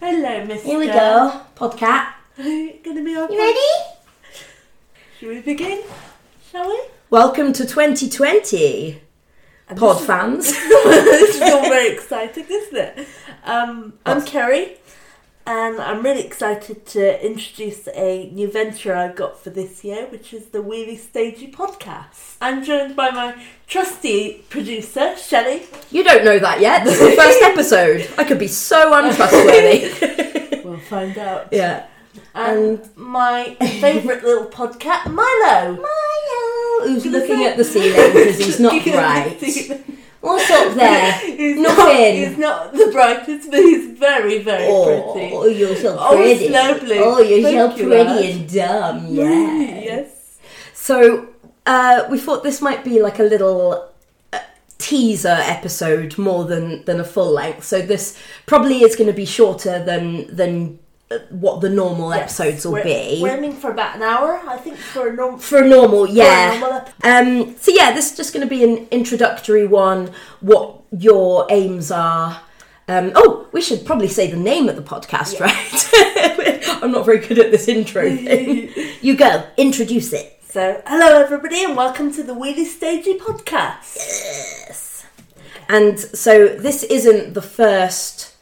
Hello, Mister. Here we go. Podcat. Gonna be on. You ready? Shall we begin? Shall we? Welcome to 2020, And pod this is- fans. this is all very exciting, isn't it? Um, I'm Kerry, and I'm really excited to introduce a new venture I've got for this year, which is the Wheelie Stagey podcast. I'm joined by my trusty producer, Shelley. You don't know that yet. This is the first episode. I could be so untrustworthy. We'll find out. yeah. And my favourite little podcat, Milo. Milo, who's Gonna looking say- at the ceiling because he's not Looking at the right. ceiling. What's up there? He's Not, Nothing. he's not the brightest, but he's very, very pretty. Oh, you're so Oh, pretty. Snowflake. Oh, you're so Thank you, Mm, pretty and dumb. Yeah. Yes. So uh, we thought this might be like a little uh, teaser episode more than than a full length. So this probably is going to be shorter than than uh, what the normal episodes will we're, be. We're aiming for about an hour, I think, for a normal. for a normal, yeah. normal ep- um, so yeah, this is just going to be an introductory one. What your aims are? Um, oh, we should probably say the name of the podcast, right? I'm not very good at this intro thing. you go introduce it. So, hello everybody, and welcome to the Wheelie Stagey podcast. And so this isn't the first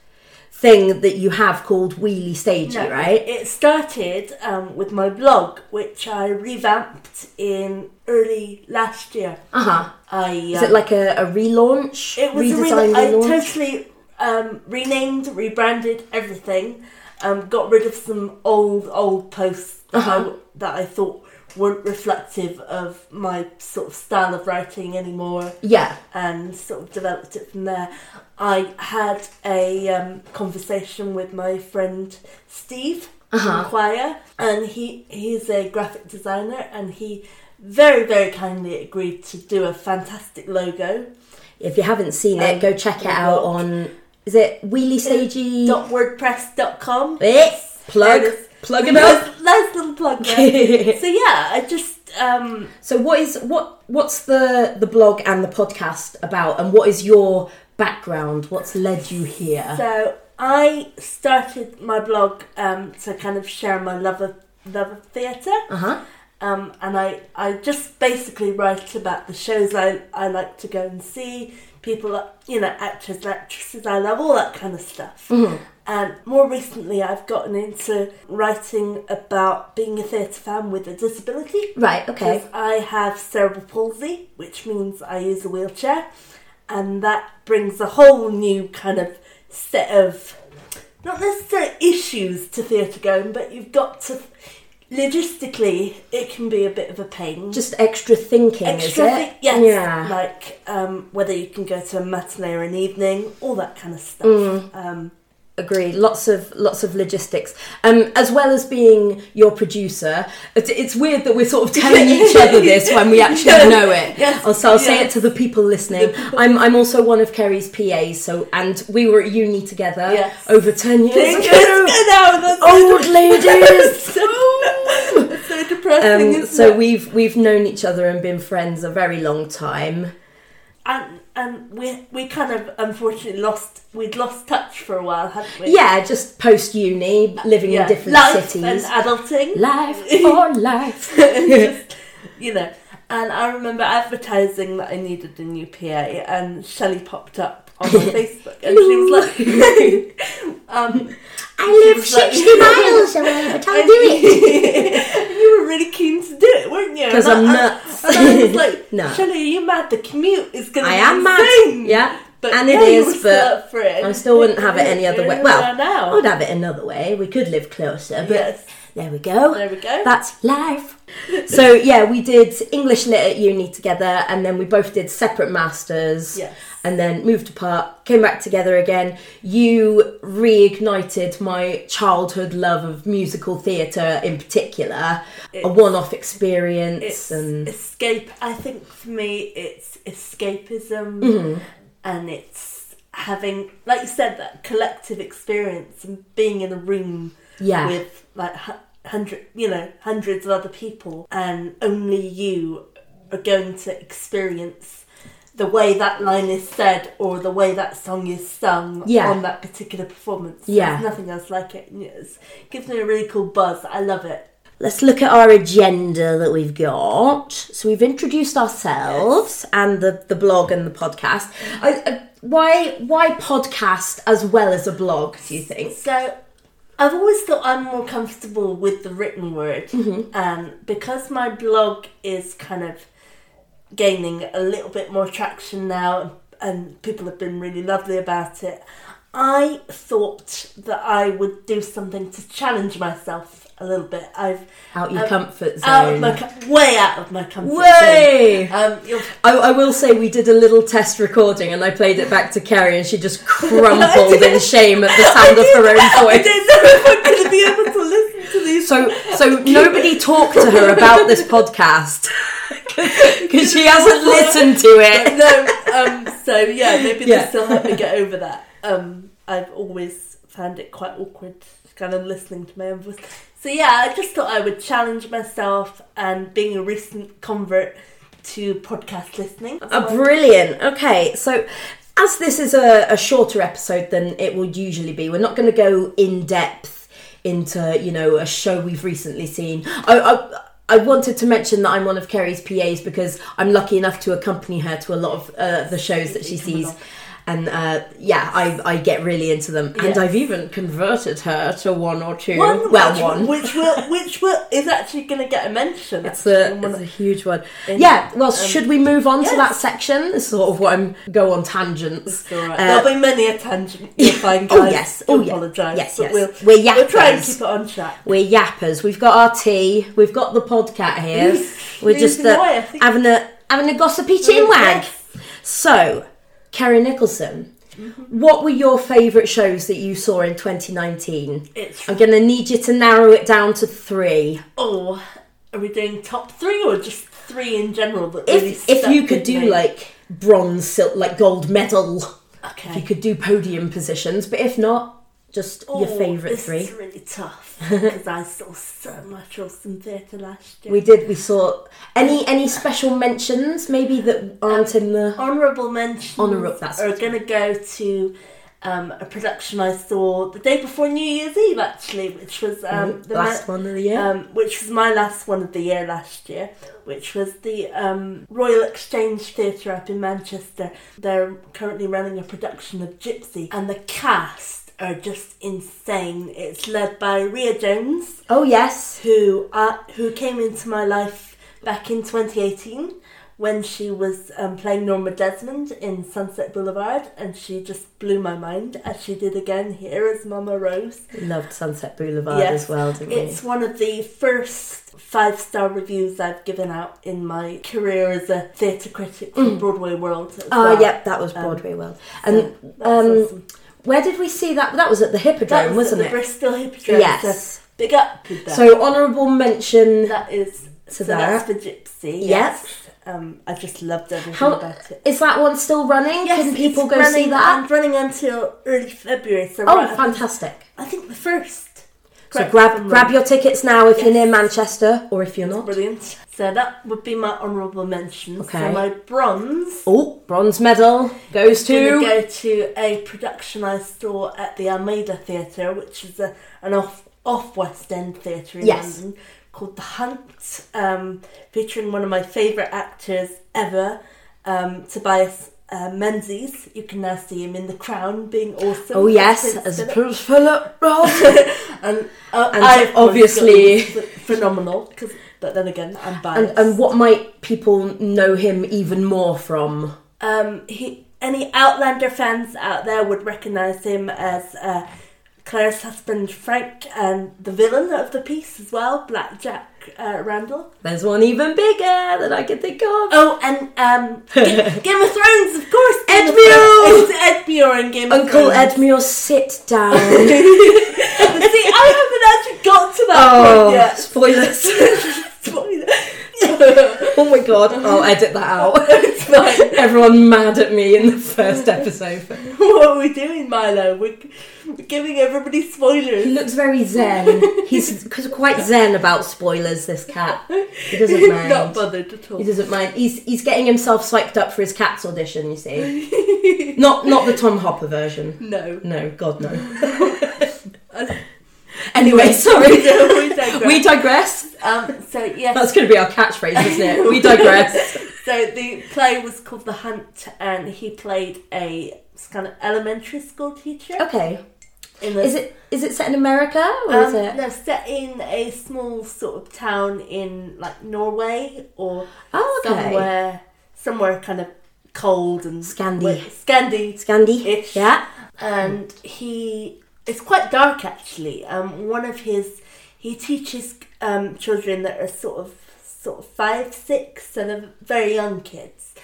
thing that you have called Wheelie Stagey, No, right? It started um, with my blog, which I revamped in early last year. Uh huh. I Is it like a, a relaunch? It was a Redesign, really, I relaunch? totally um, renamed, rebranded everything. Um, got rid of some old, old posts that, I, that I thought weren't reflective of my sort of style of writing anymore, Yeah. and sort of developed it from there. I had a um, conversation with my friend Steve from Choir, and he he's a graphic designer, and he very very kindly agreed to do a fantastic logo If you haven't seen Um, it, go check it we out will. on. Is it Wheelie Stagey? dot wordpress.com. Eh, plug. There is- Plug it up. Nice, nice little plug there. so yeah, I just um So what is what what's the the blog and the podcast about, and what is your background? What's led you here? so I started my blog um to kind of share my love of love of theatre. Uh huh. Um and I I just basically write about the shows I I like to go and see, people you know, actors and actresses I love, all that kind of stuff. Mm-hmm. And more recently, I've gotten into writing about being a theatre fan with a disability. Right. Okay. Because I have cerebral palsy, which means I use a wheelchair, and that brings a whole new kind of set of not necessarily issues to theatre going, but you've got to logistically it can be a bit of a pain. Just extra thinking, Extra is it? thi- yes, Yeah. like um, whether you can go to a matinee or an evening, all that kind of stuff. Mm. Um, Agree. Lots of lots of logistics, um, as well as being your producer. It's, it's weird that we're sort of telling each other this when we actually Yes, know it. yes, Oh, so I'll say it yes. to the people listening. I'm I'm also one of Kerry's PAs. So and we were at uni together Yes. over ten years Yes, ago. no, that's Old ladies. so, that's so depressing. Um, isn't so it? we've we've known each other and been friends a very long time. and and we we kind of unfortunately lost we'd lost touch for a while, hadn't we? Yeah, just post uni, living in different life cities. and adulting, life for life. you know. And I remember advertising that I needed a new PA, and Shelley popped up on my Facebook, and she was like, um, I live 60 miles away, but and you were really keen to do it, weren't you? 'Cause And I'm I- nuts. And I was like, No. Shelley, are you mad? The commute is going to I be am mad. insane." Yeah, But and it no, you were is, still but up for it. I still wouldn't have it any other way. Here we are Well, now. I'd have it another way. We could live closer, but Yes. there we go. There we go. That's life. so yeah, we did English lit at uni together, and then we both did separate masters. Yes. And then moved apart, came back together again. You reignited my childhood love of musical theatre in particular, a one off experience. it's and escape. I think for me, it's escapism, Mm-hmm. and it's having, like you said, that collective experience and being in a room Yeah. with like hu- hundred, you know, hundreds of other people, and only you are going to experience the way that line is said or the way that song is sung Yeah. on that particular performance. Yeah. There's nothing else like it. And It gives me a really cool buzz. I love it. Let's look at our agenda that we've got. So we've introduced ourselves and the, the blog and the podcast. I, I, why why podcast as well as a blog? Do you think? So I've always thought I'm more comfortable with the written word, um, because my blog is kind of gaining a little bit more traction now, and people have been really lovely about it. I thought that I would do something to challenge myself a little bit. I've Out your I've- comfort Um, out of zone. my com- way out of my comfort Way! zone. Um, you'll I, I will say we did a little test recording and I played it back to Kerry and she just crumpled in shame at the sound of her own I voice. don't know if I'm going to be able to listen to these. So, so nobody talked to her about this podcast because she hasn't listened to it. no, um, so yeah, maybe Yeah. this will help me get over that. Um, I've always found it quite awkward, kind of listening to my own voice. So yeah, I just thought I would challenge myself and being a recent convert to podcast listening. Oh, brilliant. Okay, so as this is a, a shorter episode than it would usually be, we're not going to go in depth into you know a show we've recently seen. I, I I wanted to mention that I'm one of Kerry's PAs because I'm lucky enough to accompany her to a lot of uh, the shows that she sees. And uh, yeah, I, I get really into them, and Yes. I've even converted her to one or two. One, well, which, one. which will, which will is actually going to get a mention. It's a, actually, in one it's of- a huge one. yeah, well, should we move on to um, yes. that section? This is sort of what I'm go on tangents. It's all right. Uh, There'll be many a tangent you'll find, Oh, guys. yes. Oh, Do yeah. apologise. Yes, but yes. We'll, We're we'll try and yappers. keep it on track. we're yappers. We've got our tea. We've got the podcat here. We're just Losing uh, way, I think. having a having a gossipy chin wag. Yes. So, Kerry Nicholson, Mm-hmm. what were your favourite shows that you saw in 2019? It's I'm going to need you to narrow it down to three. Oh, are we doing top three or just three in general? That really If if stuck you could with do me? like bronze, silk, like gold medal. okay, If you could do podium positions, but if not, just your Oh, favourite this three. is really tough because I saw so much awesome theatre last year. We did. We saw any any special mentions maybe that aren't in the. honourable mentions Uh, Honourable- that's- are going to go to um, a production I saw the day before New Year's Eve, actually, which was um, the Mm-hmm. last ma- one of the year. Um, which was my last one of the year last year, which was the um, Royal Exchange Theatre up in Manchester. They're currently running a production of Gypsy, and the cast are just insane. It's led by Ria Jones, oh yes. who uh, who came into my life back in 2018 when she was um, playing Norma Desmond in Sunset Boulevard, and she just blew my mind as she did again here as Mama Rose. Loved Sunset Boulevard Yes. as well, didn't It's one of the first five star reviews I've given out in my career as a theatre critic for Broadway World. as we? Mm. Oh well. yep, that was Broadway World. And Um, That's um, awesome. where did we see that? That was at the that was Hippodrome, wasn't at the it? Bristol Hippodrome. Yes. So big up with that. So honourable mention. that is so that. that's for Gypsy. Yes. Um, I just loved everything How about it. is that one still running? Yes, Can people it's go running, see that? It's running until early February. So Oh, right up- fantastic! I think the first. So Correct if grab I'm grab wrong. your tickets now if you're near Yes. Manchester or if you're not. Brilliant. So that would be my honourable mention. Okay. So my bronze Oh, bronze medal goes going to to. go to a production I saw at the Almeida Theatre, which is a, an off off West End theatre in Yes. London, called The Hunt, um, featuring one of my favourite actors ever, um, Tobias uh, Menzies. You can now see him in The Crown, being awesome. Oh yes, Prince as Philip. Prince Philip. Oh, and, uh, and I, of course, obviously- thought he was ph- phenomenal. 'cause- but then again, I'm biased. and and what might people know him even more from? um, he, any Outlander fans out there would recognise him as uh, Claire's husband Frank and the villain of the piece as well, Black Jack uh, Randall. There's one even bigger that I can think of. Oh, and um, Ga- Game of Thrones, of course. Game of Edmure! Thrones. It's Edmure in Game Uncle of Thrones. Edmure, sit down. See, I haven't actually got to that oh, point yet. spoilers. Spoiler. oh my god, I'll edit that out. It's fine. Everyone mad at me in the first episode. what are we doing, Milo? We're, we're giving everybody He spoilers. looks very zen. He's c- quite zen about spoilers, this cat. He doesn't He's not mind. bothered at all. He doesn't mind. He's he's getting himself psyched up for his cat's audition, you see. Not not the Tom Hopper version. No. No, God no. Uh, Anyway, we sorry. digress. We digress. um, so, yes. That's going to be our catchphrase, isn't it? We digress. So the play was called The Hunt, and he played a kind of elementary school teacher. Okay. In the, Oh, Is it is it set in America or Um, is it? No, set in a small sort of town in like Norway or Oh, okay. somewhere, somewhere kind of cold and Scandi. wet- Scandi. Scandi. Ish. Yeah. And he, it's quite dark actually. Um, one of his, he teaches um children that are sort of sort of five, six, so they're very young kids,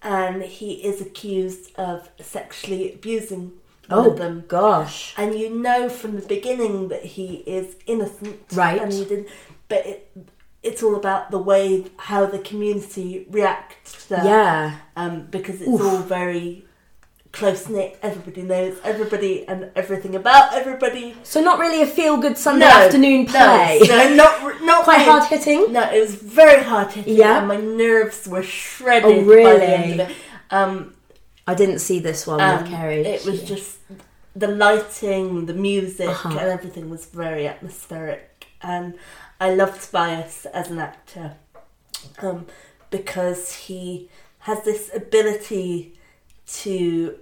and he is accused of sexually abusing one Oh of them gosh. and you know from the beginning that he is innocent, Right. And he didn't, but it, it's all about the way how the community reacts to that, Yeah. um, because it's Oof. all very close knit. Everybody knows everybody and everything about everybody. So not really a feel good Sunday afternoon no, play. No, not r- not Quite really. hard hitting. No, it was very hard hitting. Yeah. and my nerves were shredded Oh, by really? the end of it. Um, I didn't see this one um, with Kerry. It was just the lighting, the music, Uh-huh. and everything was very atmospheric. And I loved Bias as an actor um, because he has this ability to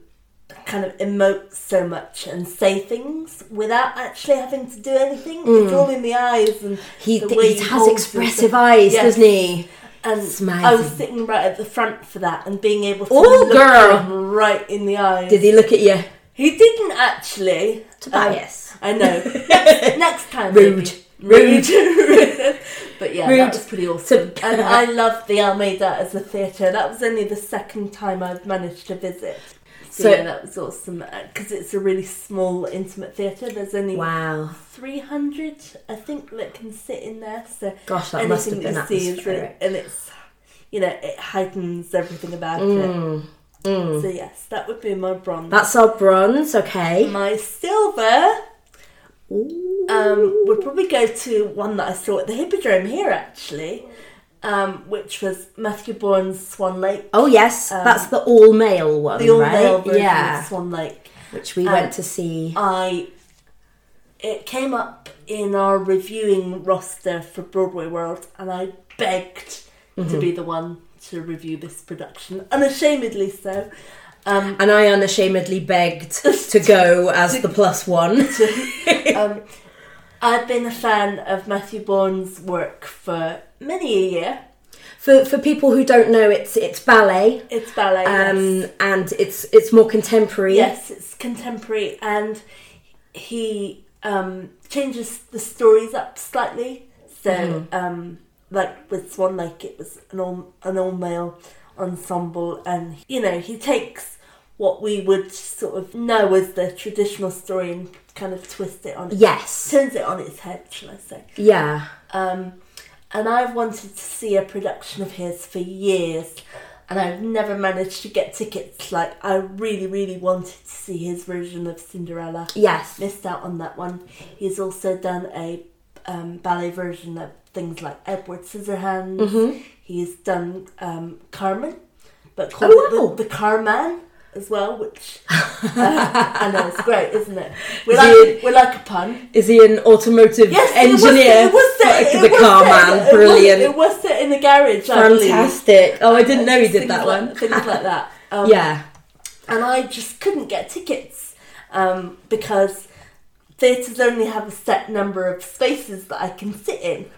kind of emote so much and say things without actually having to do anything. Mm. It's all in the eyes and he, the way he has holds expressive himself. eyes, Yes. doesn't he? And Smiley. I was sitting right at the front for that and being able to Ooh, look girl. him right in the eyes. Did he look at you? He didn't actually. Tobias. Um, I know. next, next time. Rude. maybe. Rude. but yeah, Rude. that was pretty awesome. To- and I loved the Almeida as a theatre. That was only the second time I've managed to visit. So, So- yeah, that was awesome because it's a really small, intimate theatre. There's only Oh. Wow. 300, I think, that can sit in there. So Gosh, that anything must have that been you see is really, atmospheric. and it's you know it heightens everything about Mm, it. mm. So yes, that would be my bronze. That's our bronze, okay. My silver Ooh. um, would probably go to one that I saw at the Hippodrome here, actually, um, which was Matthew Bourne's Swan Lake. oh yes, um, that's the all male one, The all right? male version yeah, of Swan Lake. which we Um, went to see. I it came up in our reviewing roster for Broadway World, and I begged to Mm-hmm. be the one to review this production, unashamedly so. Um, And I unashamedly begged to go as the plus one. um, I've been a fan of Matthew Bourne's work for many a year. For for people who don't know, it's it's ballet, It's ballet. yes. um, and it's it's more contemporary. Yes, it's contemporary, and he um, changes the stories up slightly. So, um, like with Swan Lake, it was an all an all male ensemble, and you know he takes what we would sort of know as the traditional story and kind of twists it on, Yes. turns it on its head, shall I say? Yeah. Um, and I've wanted to see a production of his for years, and I've never managed to get tickets. Like, I really, really wanted to see his version of Cinderella. Yes. Missed out on that one. He's also done a um, ballet version of things like Edward Scissorhands. He's done um, Carmen, but called Mm-hmm. Oh, it the- wow. the, Carman as well, which uh, I know it's great, isn't it? We Is like it- we like a pun. Is he an automotive Yes, engineer? It was, set- it was set- Like it the was car set- man, it was- brilliant, It was set in the garage. I believe. fantastic. Oh, I didn't know he did Things that like- one. Things like that. Um, Yeah. And I just couldn't get tickets um, because theatres only have a set number of spaces that I can sit in.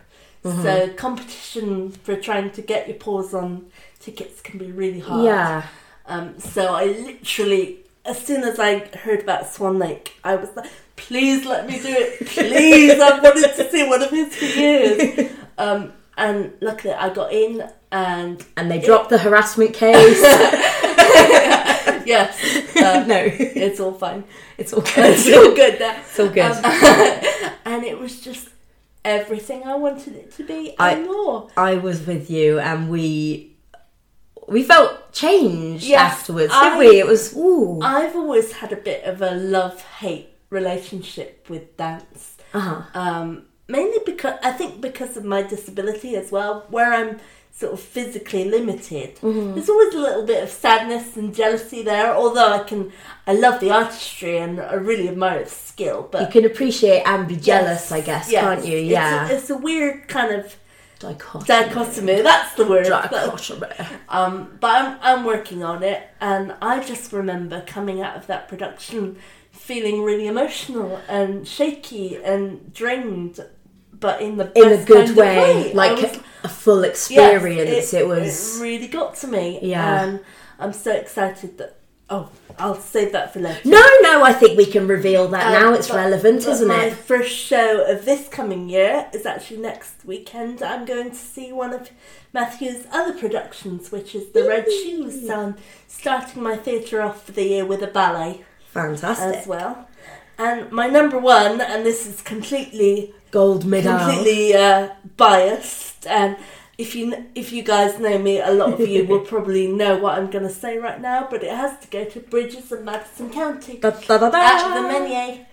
So competition for trying to get your paws on tickets can be really hard. Yeah. Um, so I literally, as soon as I heard about Swan Lake, I was like, please let me do it. Please, I've wanted to see one of his for years. Um, and luckily I got in and And they dropped the harassment case. yes, uh, no, it's all fine. Um, it's all It's good. all good now. It's all good. Um, and it was just everything I wanted it to be and I- more. I was with you, and we we felt changed Yes, afterwards, I- didn't we? It was ooh, I've always had a bit of a love hate relationship with dance. uh-huh. um, mainly because I think because of my disability as well, where I'm sort of physically limited. Mm-hmm. There's always a little bit of sadness and jealousy there. Although I can, I love the artistry and I really admire its skill. you But can appreciate and be jealous, I guess, Yes. can't you? It's a- Yeah, oh, it's a, weird kind of dichotomy. dichotomy. That's the word. That's- dichotomy. um, but I'm, I'm working on it, and I just remember coming out of that production feeling really emotional and shaky and drained, but in the in a best kind good of way, I like was- a full yes, experience. it, was. it really got to me. Yeah. and I'm so excited that oh, I'll save that for later. no, no, I think we can reveal that Um, now. It's but- relevant, but isn't My it? first show of this coming year is actually next weekend. I'm going to see one of Matthew's other productions, which is The Red Shoes. So I'm starting my theatre off for the year with a ballet Fantastic. as well. And my number one, and this is completely Gold medal. completely uh, biased. And if you if you guys know me, a lot of you will probably know what I'm going to say right now. But it has to go to Bridges of Madison County Da, da, da, da. at the Menier.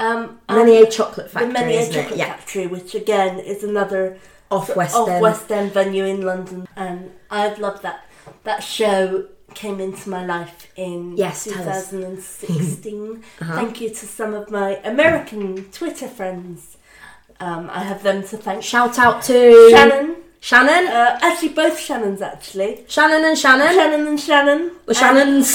Um, and Menier Chocolate the Factory, Menier isn't Chocolate it? Yeah, Factory, which again is another off West off End. West End venue in London, and I've loved that. That show came into my life in Yes, tell us. Uh-huh. 2016. Thank you to some of my American Twitter friends. Um, I have them to thank. Shout out to Shannon, Shannon, uh, actually both Shannons actually. Shannon and Shannon. Shannon and Shannon. The Shannons.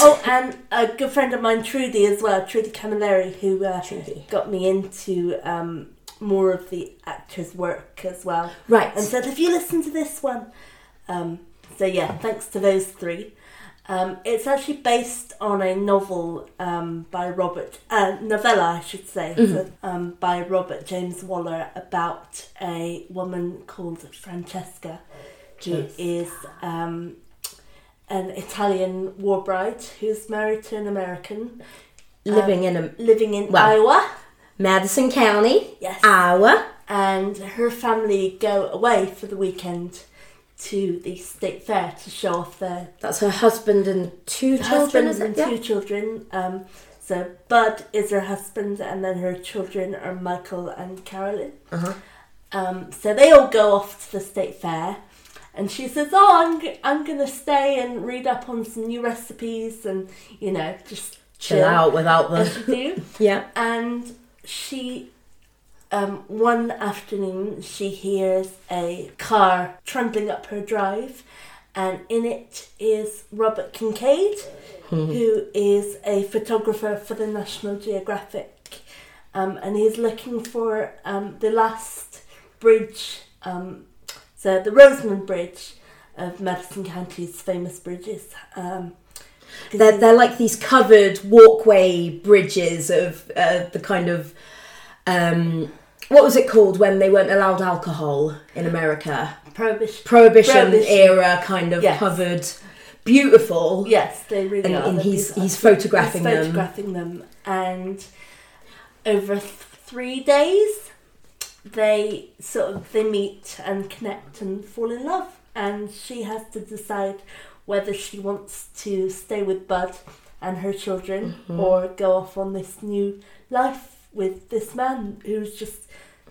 And, oh, and a good friend of mine, Trudy, as well, Trudy Camilleri, who uh, Trudy. got me into um, more of the actor's work as well. Right. And said, Have you listened to this one? Um, so, yeah, thanks to those three. Um, it's actually based on a novel um, by Robert, uh, novella, I should say, so, um, by Robert James Waller about a woman called Francesca, who is um, an Italian war bride who's married to an American Living in a living in Well- Iowa. Madison County. Yes. Our and her family go away for the weekend to the state fair to show off their That's her husband and two children. husband Is and it? two Yeah. children. Um, so Bud is her husband, and then her children are Michael and Carolyn. Uh-huh. Um, so they all go off to the state fair, and she says, "Oh, I'm g- I'm gonna stay and read up on some new recipes, and you know, just Chill out without as them. you do." yeah. and she um, one afternoon she hears a car trundling up her drive and in it is robert kincaid Hmm. who is a photographer for the national geographic um, and he's looking for um, the last bridge um, so the roseman bridge of madison county's famous bridges um, 'cause They're, they're like these covered walkway bridges of uh, the kind of um, what was it called when they weren't allowed alcohol in America? prohibition Prohibition, Prohibition. era kind of Yes. covered, beautiful. Yes, they really And, are. and They're he's beautiful. he's photographing He's them. photographing them. and over th- three days, they sort of they meet and connect and fall in love, and she has to decide whether she wants to stay with Bud and her children Mm-hmm. or go off on this new life with this man who's just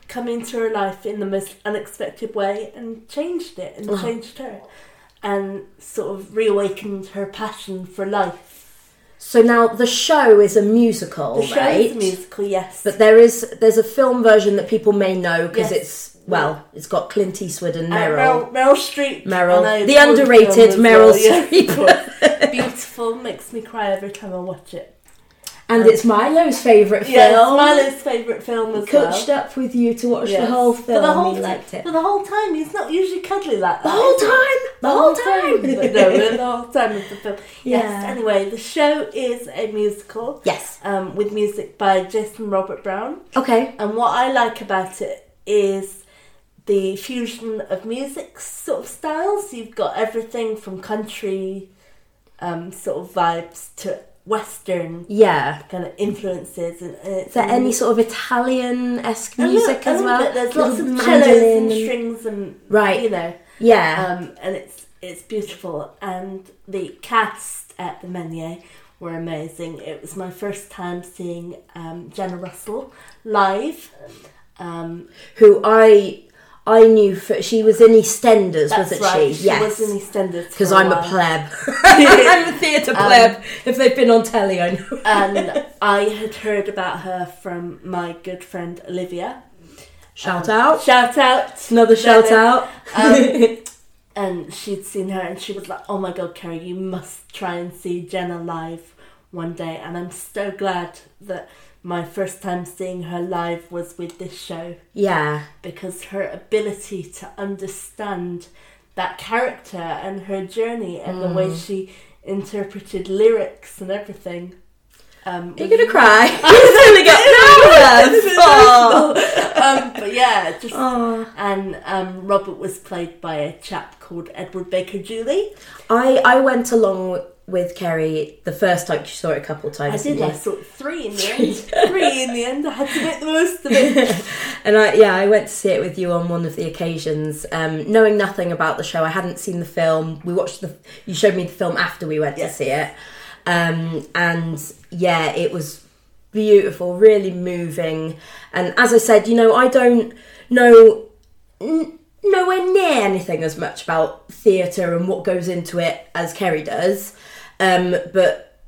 come into her life in the most unexpected way and changed it and Uh-huh. changed her and sort of reawakened her passion for life. So now the show is a musical, The show right? is a musical, yes. But there is there's a film version that people may know Yes. because it's well, it's got Clint Eastwood and Uh, Meryl. Meryl, Meryl Streep. Meryl. and I The adore film underrated as Meryl yes, of Streep. course. Beautiful, makes me cry every time I watch it. and it's Milo's favourite Yeah, it's film. Milo's favourite film as coached well. up with you to watch the Yes. whole For film. whole he ti- liked it. For the whole time, he's not usually cuddly like that. The whole time. The whole time. But no, the whole time of the film. Yes, Yeah. anyway, the show is a musical yes. um, with music by Jason Robert Brown. Okay. And what I like about it is the fusion of music sort of styles. You've got everything from country um, sort of vibes to Western Yeah. kind of influences. And, and it's Is there any sort of Italian esque music as well? There's Little lots of cellos mandolin and and- strings and Right. you know, Yeah. um, and it's it's beautiful. And the cast at the Menier were amazing. It was my first time seeing um, Jenna Russell live. Um, who I I knew for she was in EastEnders, that's wasn't right. she? yes. was in Oh, EastEnders because for a I'm a while. pleb. I'm a Um, theatre pleb. if they've been on telly, I know. and I had heard about her from my good friend Olivia. Shout out. Shout out! Another shout out. And she'd seen her and she was like, oh my god, Kerry, you must try and see Jenna live one day. And I'm so glad that my first time seeing her live was with this show yeah. because her ability to understand that character and her journey and the way Mm. she interpreted lyrics and everything. Um, You're gonna cry. You're gonna get nervous. Oh. um, but yeah, just Oh. and um, Robert was played by a chap called Edward Baker Dooley. I I went along with Kerry the first time she saw it a couple I times. did. didn't I you? saw three in the end. Three in the end. I had to make the most of it. And I, yeah, I went to see it with you on one of the occasions, um, knowing nothing about the show. I hadn't seen the film. We watched the. You showed me the film after we went to Yes. see it, um, and yeah, it was beautiful, really moving. And as I said, you know, I don't know n- nowhere near anything as much about theatre and what goes into it as Kerry does, um, but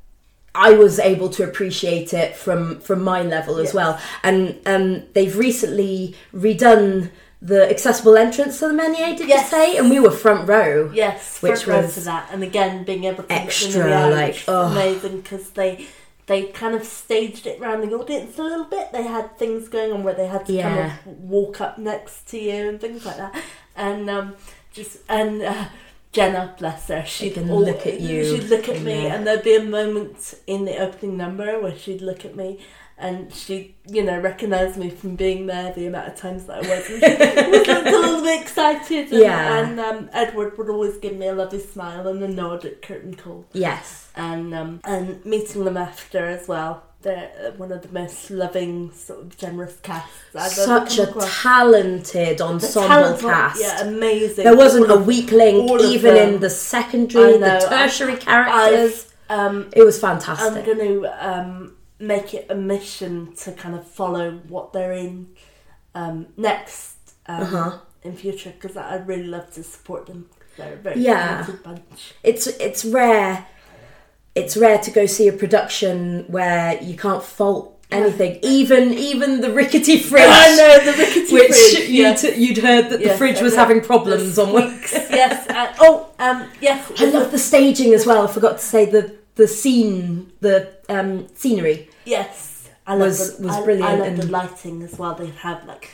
I was able to appreciate it from from my level as well. And um, they've recently redone the accessible entrance to the Menier, did Yes. you say? And we were front row. Yes, Which front row was for that, and again being able to extra, look them in the eye, like, oh. which ugh. was amazing because they they kind of staged it round the audience a little bit. They had things going on where they had to Yeah. kind of walk up next to you and things like that, and um, just and. Uh, Jenna, bless her, she'd can al- look at you She'd look at in me, there. and there'd be a moment in the opening number where she'd look at me, and she, you know, recognise me from being there the amount of times that I was. And she was a little bit excited, and, Yeah. and um, Edward would always give me a lovely smile and a nod at curtain call, Yes. and um, and meeting them after as well. They're uh, one of the most loving, sort of generous casts I've Such ever a come across. talented ensemble Talent- cast. yeah, amazing. There wasn't a All of- weak link, all of even them. in the secondary, I know, the tertiary characters. I've, um, it was I'm fantastic. going to um, make it a mission to kind of follow what they're in um, next um, Uh-huh. in future because I'd really love to support them. They're a very Yeah. talented bunch. It's it's rare. It's rare to go see a production where you can't fault anything, even even the rickety fridge. Oh, I know the rickety which fridge. you'd, yes. you'd heard that the Yes, fridge was I know. having problems on one. yes. And, oh, um, yes. I love the staging as well. I forgot to say the the scene, the um, scenery. Yes, I love Was- the, was I, brilliant I love the and- lighting as well. They have like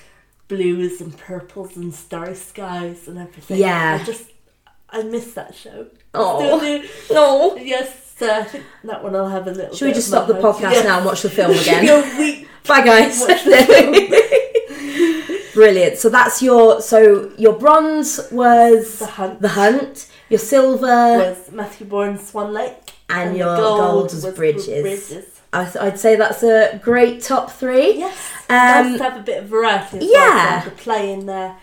blues and purples and starry skies and everything. Yeah. I just I miss that show. Oh. Still do. No. Yes, uh, I think that one I'll have a little. Should we bit just of my stop the hopes. podcast Yeah. now and watch the film again? You're weak. Bye, guys. Watch Brilliant. So that's your so your bronze was The Hunt. The Hunt, your silver, Was Matthew Bourne's Swan Lake and, the your gold was Bridges. I th- I'd say that's a great top three. Yes, Um, nice to have a bit of variety. As yeah. well, so like a play in there,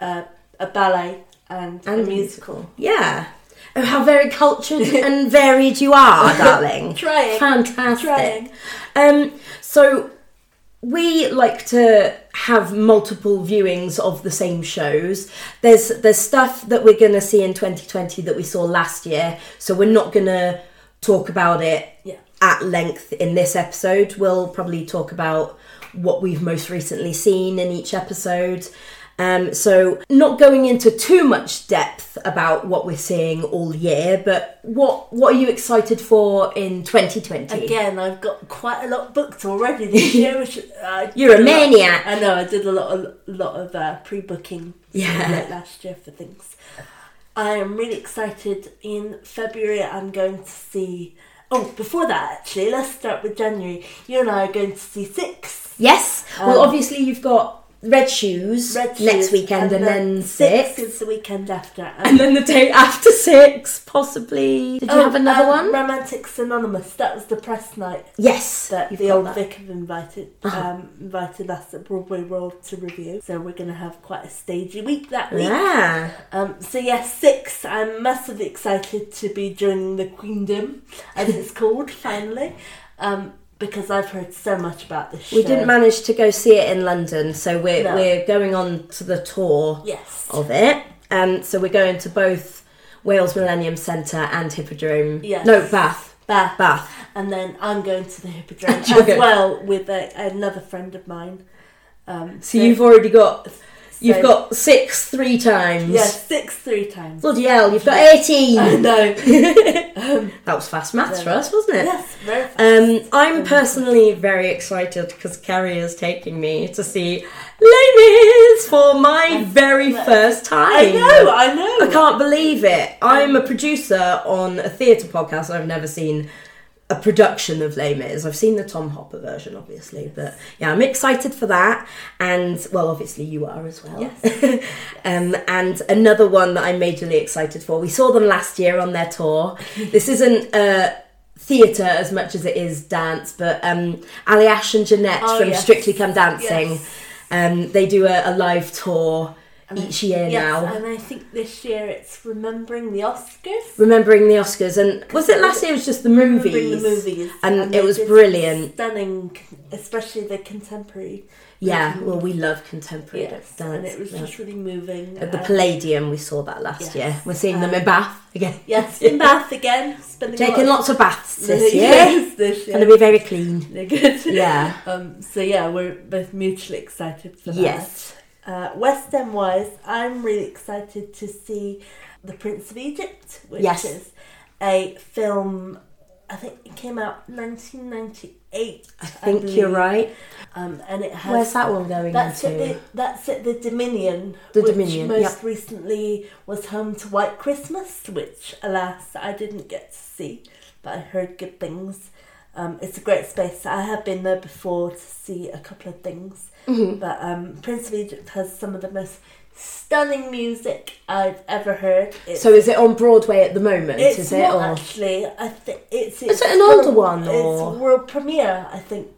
uh, a ballet, and, a musical. Yeah. Oh, how very cultured and varied you are, darling. Trying, Fantastic. trying. Um, so we like to have multiple viewings of the same shows. There's there's stuff that we're gonna see in 2020 that we saw last year, so we're not gonna talk about it Yeah. at length in this episode. We'll probably talk about what we've most recently seen in each episode. Um, so, not going into too much depth about what we're seeing all year, but what what are you excited for in 2020? Again, I've got quite a lot booked already this year. Which uh, I You're a did lot- maniac. I know. I did a lot, a lot of uh, pre-booking Yeah. late last year for things. I am really excited. In February, I'm going to see. Oh, before that, actually, let's start with January. You and I are going to see Six. Yes. well, obviously you've got Um, Red Shoes Red next Shoes, weekend, and, then six, six. is the weekend after. and then the day after six, possibly. Did you Oh, have another um, one? Romantics Anonymous. That was the press night yes. that you've the got old that. Uh-huh. Vic have invited um, invited us at Broadway World to review. So we're going to have quite a stagey week that week. Yeah. Um, so yeah, six. I'm massively excited to be joining the Queendom, as it's called, finally, um, because I've heard so much about this. We show. didn't manage to go see it in London, so we're, No. we're going on to the tour Yes. of it. Um, so we're going to both Wales Millennium Centre and Hippodrome. Yes. No, Bath. Bath. Bath. And then I'm going to the Hippodrome as You're going- well with a, another friend of mine. Um, So you've already got you've so- got six three times. yeah six three times. Bloody hell, you've got eighteen. I know. that was fast maths for us, wasn't it? yes, very. Um, I'm personally very excited because Carrie is taking me to see Loomis for my very first time. I know. I know. I can't believe it. I'm Um, a producer on a theatre podcast. I've never seen a production of Les Mis. I've seen the Tom Hopper version, obviously, but yeah, I'm excited for that. And well, obviously, you are as well. um, and another one that I'm majorly excited for. We saw them last year on their tour. this isn't uh, theatre as much as it is dance, but um, Ali Ash and Jeanette Oh, from yes. Strictly Come Dancing. Yes. Um, they do a, a live tour each year Yes, now and I think this year it's remembering the Oscars. remembering the Oscars and was it last year? It was just the movies. Remembering the movies, And it they was did brilliant. stunning, especially the contemporary. Yeah, well, we love contemporary Yes, dance. and it was yeah. just really moving. uh, at the and- Palladium. We saw that last Yes. Um, year. We're seeing them in Bath again. Yes, in Bath again, spending a Taking lot lots of baths of- this year. yes, this year. Going to be very clean. They're good. Yeah. Um, so yeah, we're both mutually excited for that. Yes. Uh, West End wise, I'm really excited to see The Prince of Egypt, which Yes. is a film. I think it came out 1998. I think you're believe. right. Um, and it has Where's that one going That's into? at the that's at the Dominion, The which Dominion, most yep. recently was home to White Christmas, which alas I didn't get to see, but I heard good things. Um, it's a great space. I have been there before to see a couple of things, Mm-hmm. but um, Prince of Egypt has some of the most stunning music I've ever heard. It's, So is it on Broadway at the moment? it's is it? not Or actually. I think it's, Is it's it an older one, or- It's world premiere, I think.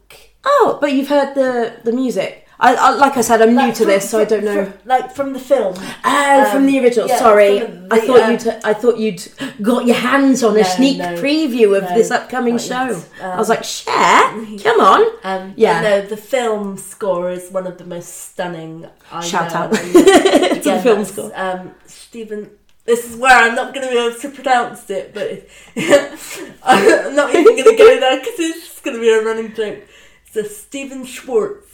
oh, but you've heard the the music. I, I like I said, I'm new Like to this, from- so I don't know. From, like from the film. Oh, Um, from the original. yeah, Sorry, from the- I thought uh, you'd. I thought you'd got your hands on a No, sneak no, preview of no, this upcoming not show. yet. I was like, share, come on. Um, yeah. Yeah. No, the film score is one of the most stunning. I Shout know. out. And, uh, It's a again, film that's, score. Um, Stephen. This is where I'm not going to be able to pronounce it, but it- I'm not even going to go there because it's just going to be a running joke. So Stephen Schwartz,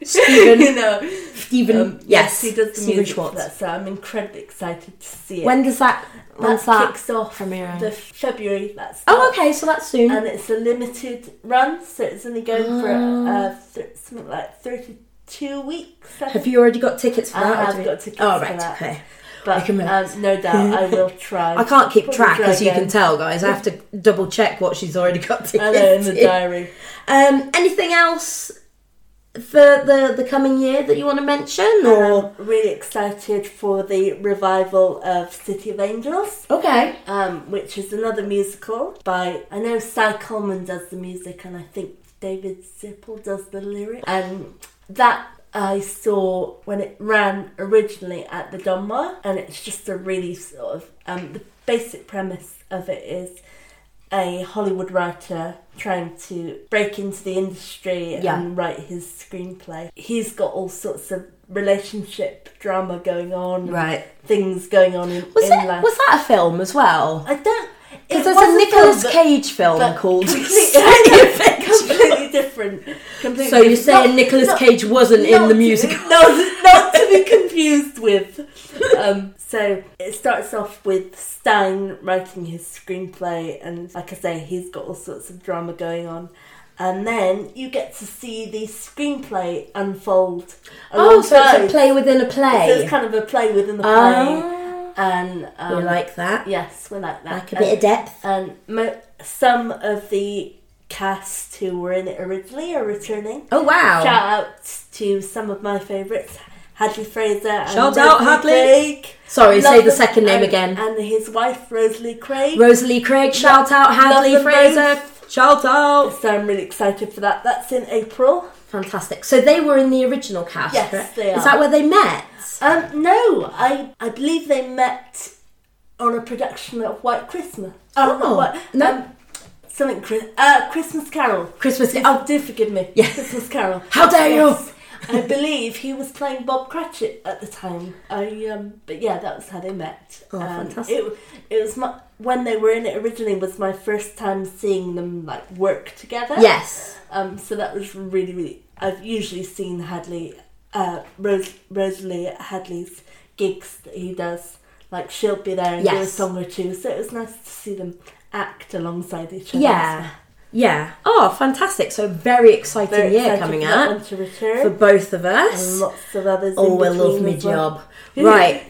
Stephen, you know, Stephen, um, yes, he does the Stephen music Schwartz. For that, so I'm incredibly excited to see it. When does that? When's that, that? kicks off premiering? the February. That's Oh, okay, so that's soon. and it's a limited run, so it's only going for Ah. uh, th- something like thirty-two weeks. I have you already got tickets for I that? or have do you- got tickets Oh, for right, that. okay. I But can relax. um, no doubt, I will try. I can't keep Probably track, try as you again. can tell, guys. I have to double check what she's already got tickets. I know in the in. diary. Um, anything else for the the coming year that you want to mention, or? I'm really excited for the revival of City of Angels, Okay. um, which is another musical by I know Cy Coleman does the music, and I think David Zippel does the lyrics. And that I saw when it ran originally at the Donmar, and it's just a really sort of um, the basic premise of it is a Hollywood writer trying to break into the industry Yeah. and write his screenplay. He's got all sorts of relationship drama going on, Right. Things going on in, Was in it? life. Was that a film as well? I don't. Because it there's was a film, Nicolas but Cage film but called. completely, completely different. Completely so you're different. saying Not- Nicolas not- Cage wasn't not in the to- musical? Not, not to be confused with. Um, so it starts off with Stein writing his screenplay, and like I say, he's got all sorts of drama going on. And then you get to see the screenplay unfold. Oh, so it's a alongside. play within a So it's play. kind of a play within the play. Ah, and um, we like that. yes, we like that. Like a bit of depth. And mo- some Um, of the cast who were in it originally are returning. Oh wow! Shout out to some of my favourites. Hadley Fraser and Shout out, Rosalie Hadley. Craig. Sorry, Love say the them- second name and- again. And his wife, Rosalie Craig. Rosalie Craig. Shout out Hadley love them Fraser. Shout out. so I'm really excited for that. That's in April. Fantastic. So they were in the original cast. Yes, correct? they Is are. that where they met? Um, no, I I believe they met on a production of White Christmas. Uh, Oh, no. um, something Chri- uh, Christmas Carol. Christmas. Oh, Oh, do forgive me. Yes. Christmas Carol. How dare you! you! I believe he was playing Bob Cratchit at the time. I um, but yeah, that was how they met. Oh, Um, fantastic. It, it was my, when they were in it originally was my first time seeing them like work together. yes. Um, so that was really, really. I've usually seen Hadley, uh, Rose, Rosalie at Hadley's gigs that he does. Like she'll be there and do a Yes. song or two. So it was nice to see them act alongside each other. as Yeah. well. Yeah. Oh, fantastic. So very exciting very year excited coming for that up one to for return. both of and us. lots of others. Oh, in I love between me as well. job. Right.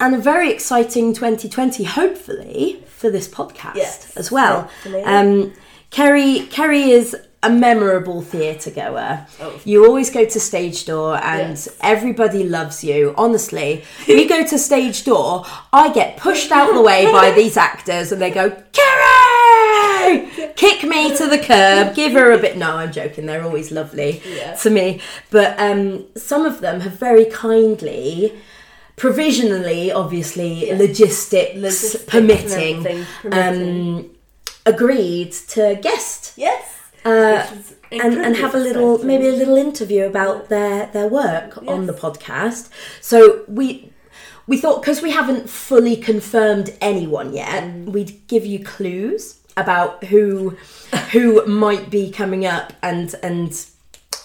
And a very exciting 2020, hopefully, for this podcast Yes, as well. hopefully. Um, Kerry, Kerry is a memorable theatre goer. Oh. You always go to Stage Door and Yes. everybody loves you, honestly. we go to Stage Door, I get pushed out the way by these actors and they go, Kerry! Kick me to the curb, give her a bit. No, I'm joking, they're always lovely Yeah. to me. But um, some of them have very kindly, provisionally, obviously, logistics, Logistics and permitting, everything, permitting. Um, agreed to guest Yes. Uh, Which is and, and incredibly have a little exciting. maybe a little interview about their their work Yes. on the podcast. So we. We thought because we haven't fully confirmed anyone yet, Mm. we'd give you clues about who who might be coming up, and and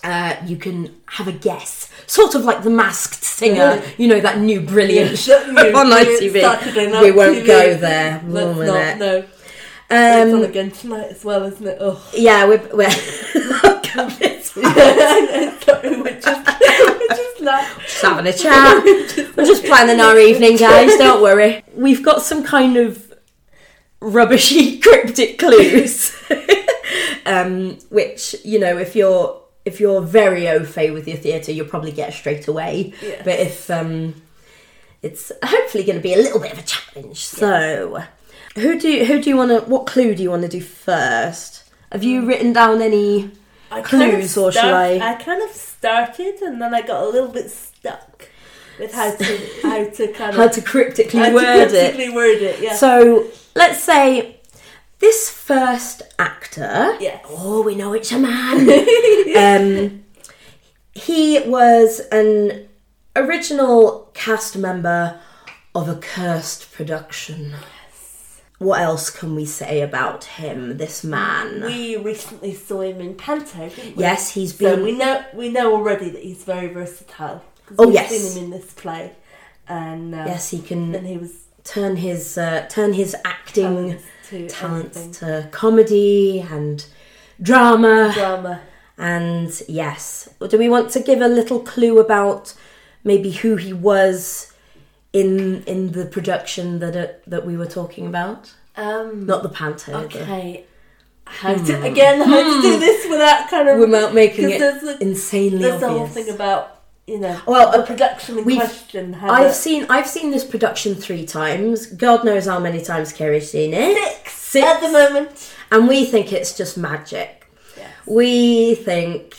uh, you can have a guess, sort of like the Masked Singer, you know that new brilliant show That new on brilliant ITV. Saturday night we won't TV. go there. Let's one not. minute. No. it's on Um, again tonight as well, isn't it? Oh. yeah, we're we're Sorry, we're just, we're just laughing. just having a chat. We're just planning our evening, guys. Don't worry. We've got some kind of rubbishy cryptic clues, um, which you know, if you're if you're very au fait with your theatre, you'll probably get straight away. Yes. But if um, it's hopefully going to be a little bit of a challenge. So, who do who do you want to? What clue do you want to do first? Have you written down any? I Clues, or shall I- I kind of started and then I got a little bit stuck with how to how to kind How of to cryptically how to word it? critically word it. Yeah. So let's say this first actor. Yes. Oh, we know it's a man. um, he was an original cast member of a cursed production. What else can we say about him, this man? we recently saw him in Panto, didn't we? Yes, he's So been. we know we know already that he's very versatile. 'Cause Oh, we've yes. Seen him in this play, and uh, Yes, he can then he was turn his uh, turn his acting talents to everything. talents to comedy and drama. drama. And yes, do we want to give a little clue about maybe who he was in in the production that uh, that we were talking about? Um, Not the panto. the- okay. How to, again, how to do this without kind of Hmm. Without making 'cause it there's a- insanely There's the whole obvious. thing about you know Well, the uh, production in we've- question. How I've the- seen I've seen this production three times. God knows how many times Kerry's seen it. six, at the moment. and we think it's just magic. Yes. We think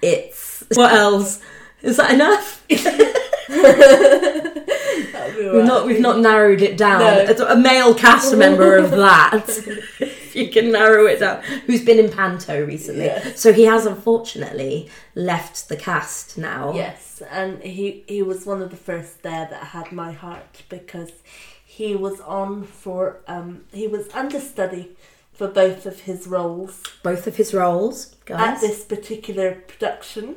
it's what else? Is that enough? We've not we've not narrowed it down. No. A- A male cast member of that. if you can narrow it down. Who's been in Panto recently. Yeah. So he has unfortunately left the cast now. Yes, and he he was one of the first there that had my heart because he was on for um he was understudy for both of his roles Both of his roles, at guys. this particular production.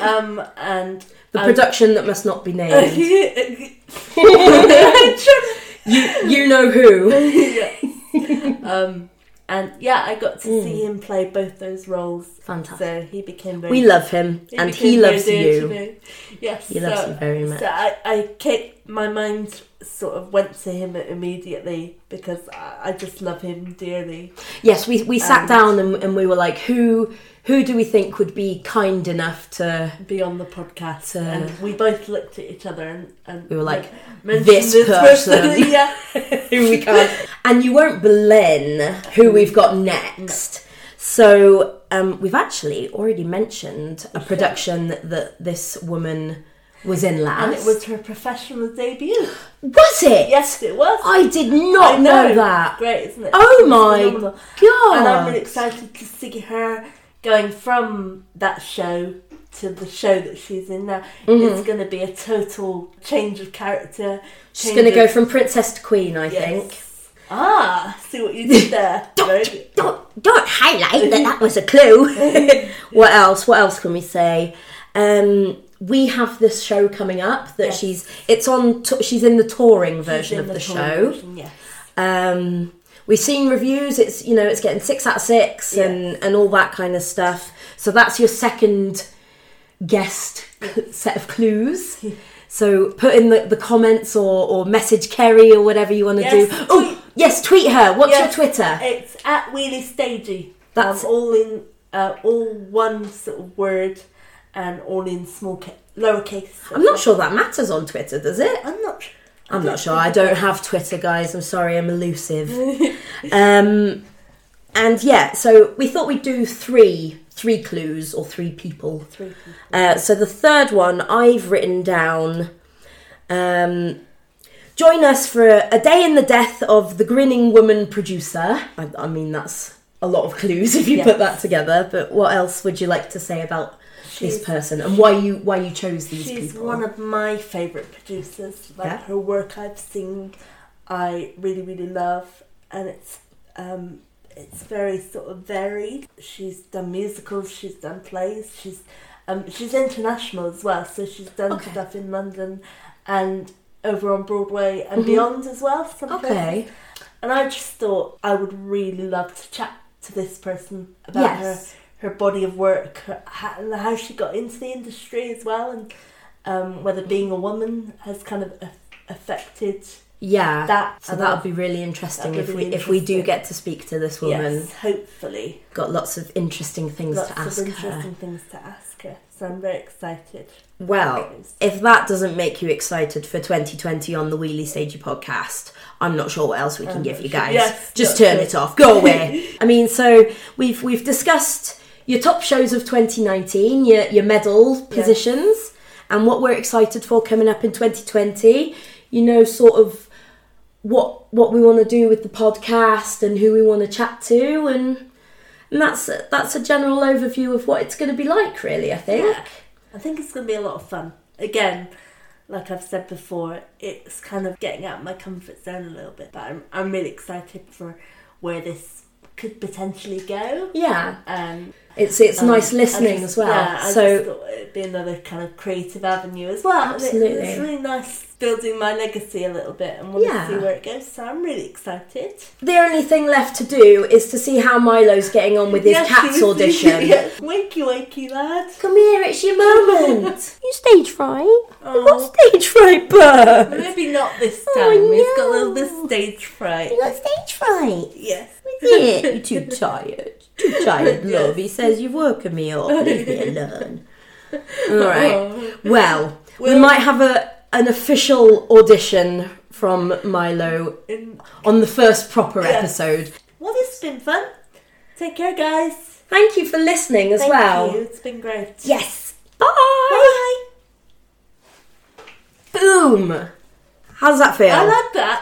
um and the I- production that must not be named. I'm trying you know who. yeah. um, and yeah, I got to Mm. see him play both those roles. Fantastic. So he became very. We love him became and he very loves dear to you. me. Yes, He loves so, you very much. So I, I kept my mind sort of went to him immediately because I, I just love him dearly. Yes, we, we sat down and, and we were like, who who do we think would be kind enough to? Be on the podcast, and we both looked at each other and, and Uh, We were like, mentioned "This person." yeah, Who we can't. and you won't belen who we've got next. So um, we've actually already mentioned a production that this woman was in last. and it was her professional debut. Was it? Yes, it was. I did not I know. that. Great, isn't it? Oh It's my phenomenal. God. And I'm really excited to see her going from that show to the show that she's in now. Mm-hmm. It's going to be a total change of character. She's change going to of- go from princess to queen, I think. Yes. Ah, see what you did there. Very good. Don't don't highlight that that was a clue. what else? What else can we say? Um, we have this show coming up that Yes. she's it's on tou- she's in the touring version In of the, tour show. version, Yes. Um, we've seen reviews. It's you know it's getting six out of six and and all that kind of stuff. So that's your second guest cl- set of clues. So put in the, the comments or, or message Kerry or whatever you want to Yes, do. Oh yes, tweet her. What's Yes. your Twitter? It's at Wheelie Stagey. That's- um, all in uh, all one sort of word and all in small ca- lowercase. I'm not sure that matters on Twitter, does it? I'm not. sure. I'm not sure. I don't have Twitter, guys. I'm sorry, I'm elusive. um, and yeah, so we thought we'd do three three clues or three people. Three people. Uh, so the third one I've written down. Um, join us for a, a day in the death of the grinning woman producer. I, I mean, that's a lot of clues if you Yes. put that together. But what else would you like to say about She's- this person and why you why you chose these She's people? one of my favourite producers. Like Yeah. her work I've seen, I really, really love, and it's um, it's very sort of varied. She's done musicals, she's done plays, she's um, she's international as well. So she's done Okay. stuff in London and over on Broadway and beyond as well. Some places. Mm-hmm. okay. And I just thought I would really love to chat to this person about Yes. her, her body of work, her, how, how she got into the industry as well, and um, whether being a woman has kind of a- affected Yeah. that. so And that would be really interesting that'd if be we really if we do interesting. get to speak to this I- woman. yes, hopefully, Got lots of interesting things lots to ask of interesting her. things to ask her. So I'm very excited. Well, Okay. if that doesn't make you excited for 2020 on the Wheelie Stagey podcast, I'm not sure what else we can give you sure. guys. Yes, that's Just turn it. it off. Go away. I mean, so we've we've discussed your top shows of 2019, your your medal positions, and what we're excited for coming up in 2020. You know, sort of what what we want to do with the podcast and who we want to chat to and and that's a, that's a general overview of what it's going to be like really i think Yeah. I think it's going to be a lot of fun. Again, like I've said before, it's kind of getting out of my comfort zone a little bit, but I'm, I'm really excited for where this could potentially go. yeah. Um, It's it's um, nice listening I just- as well. Yeah, I just so thought it'd be another kind of creative avenue as well. And it- Absolutely. it's really nice building my legacy a little bit and want Yeah. to see where it goes. So I'm really excited. the only thing left to do is to see how Milo's getting on with his Yes, cat's you- audition. yes. Wakey, wakey, lad. Come here, it's your moment. you stage fright. Oh. stage fright, but Maybe not this time. Oh, He's got a no. little bit of stage fright. got stage fright. Yes. Yeah, you're too tired. Too tired, love. He says you've woken me up. Leave me alone. All right. Well, we Oh. Well- might have a an official audition from Milo Um, on the first proper Yes. episode. well, this has been fun. Take care, guys. Thank you for listening as Thank well. you. It's been great. Yes. Bye. Boom. How's that feel? I like that.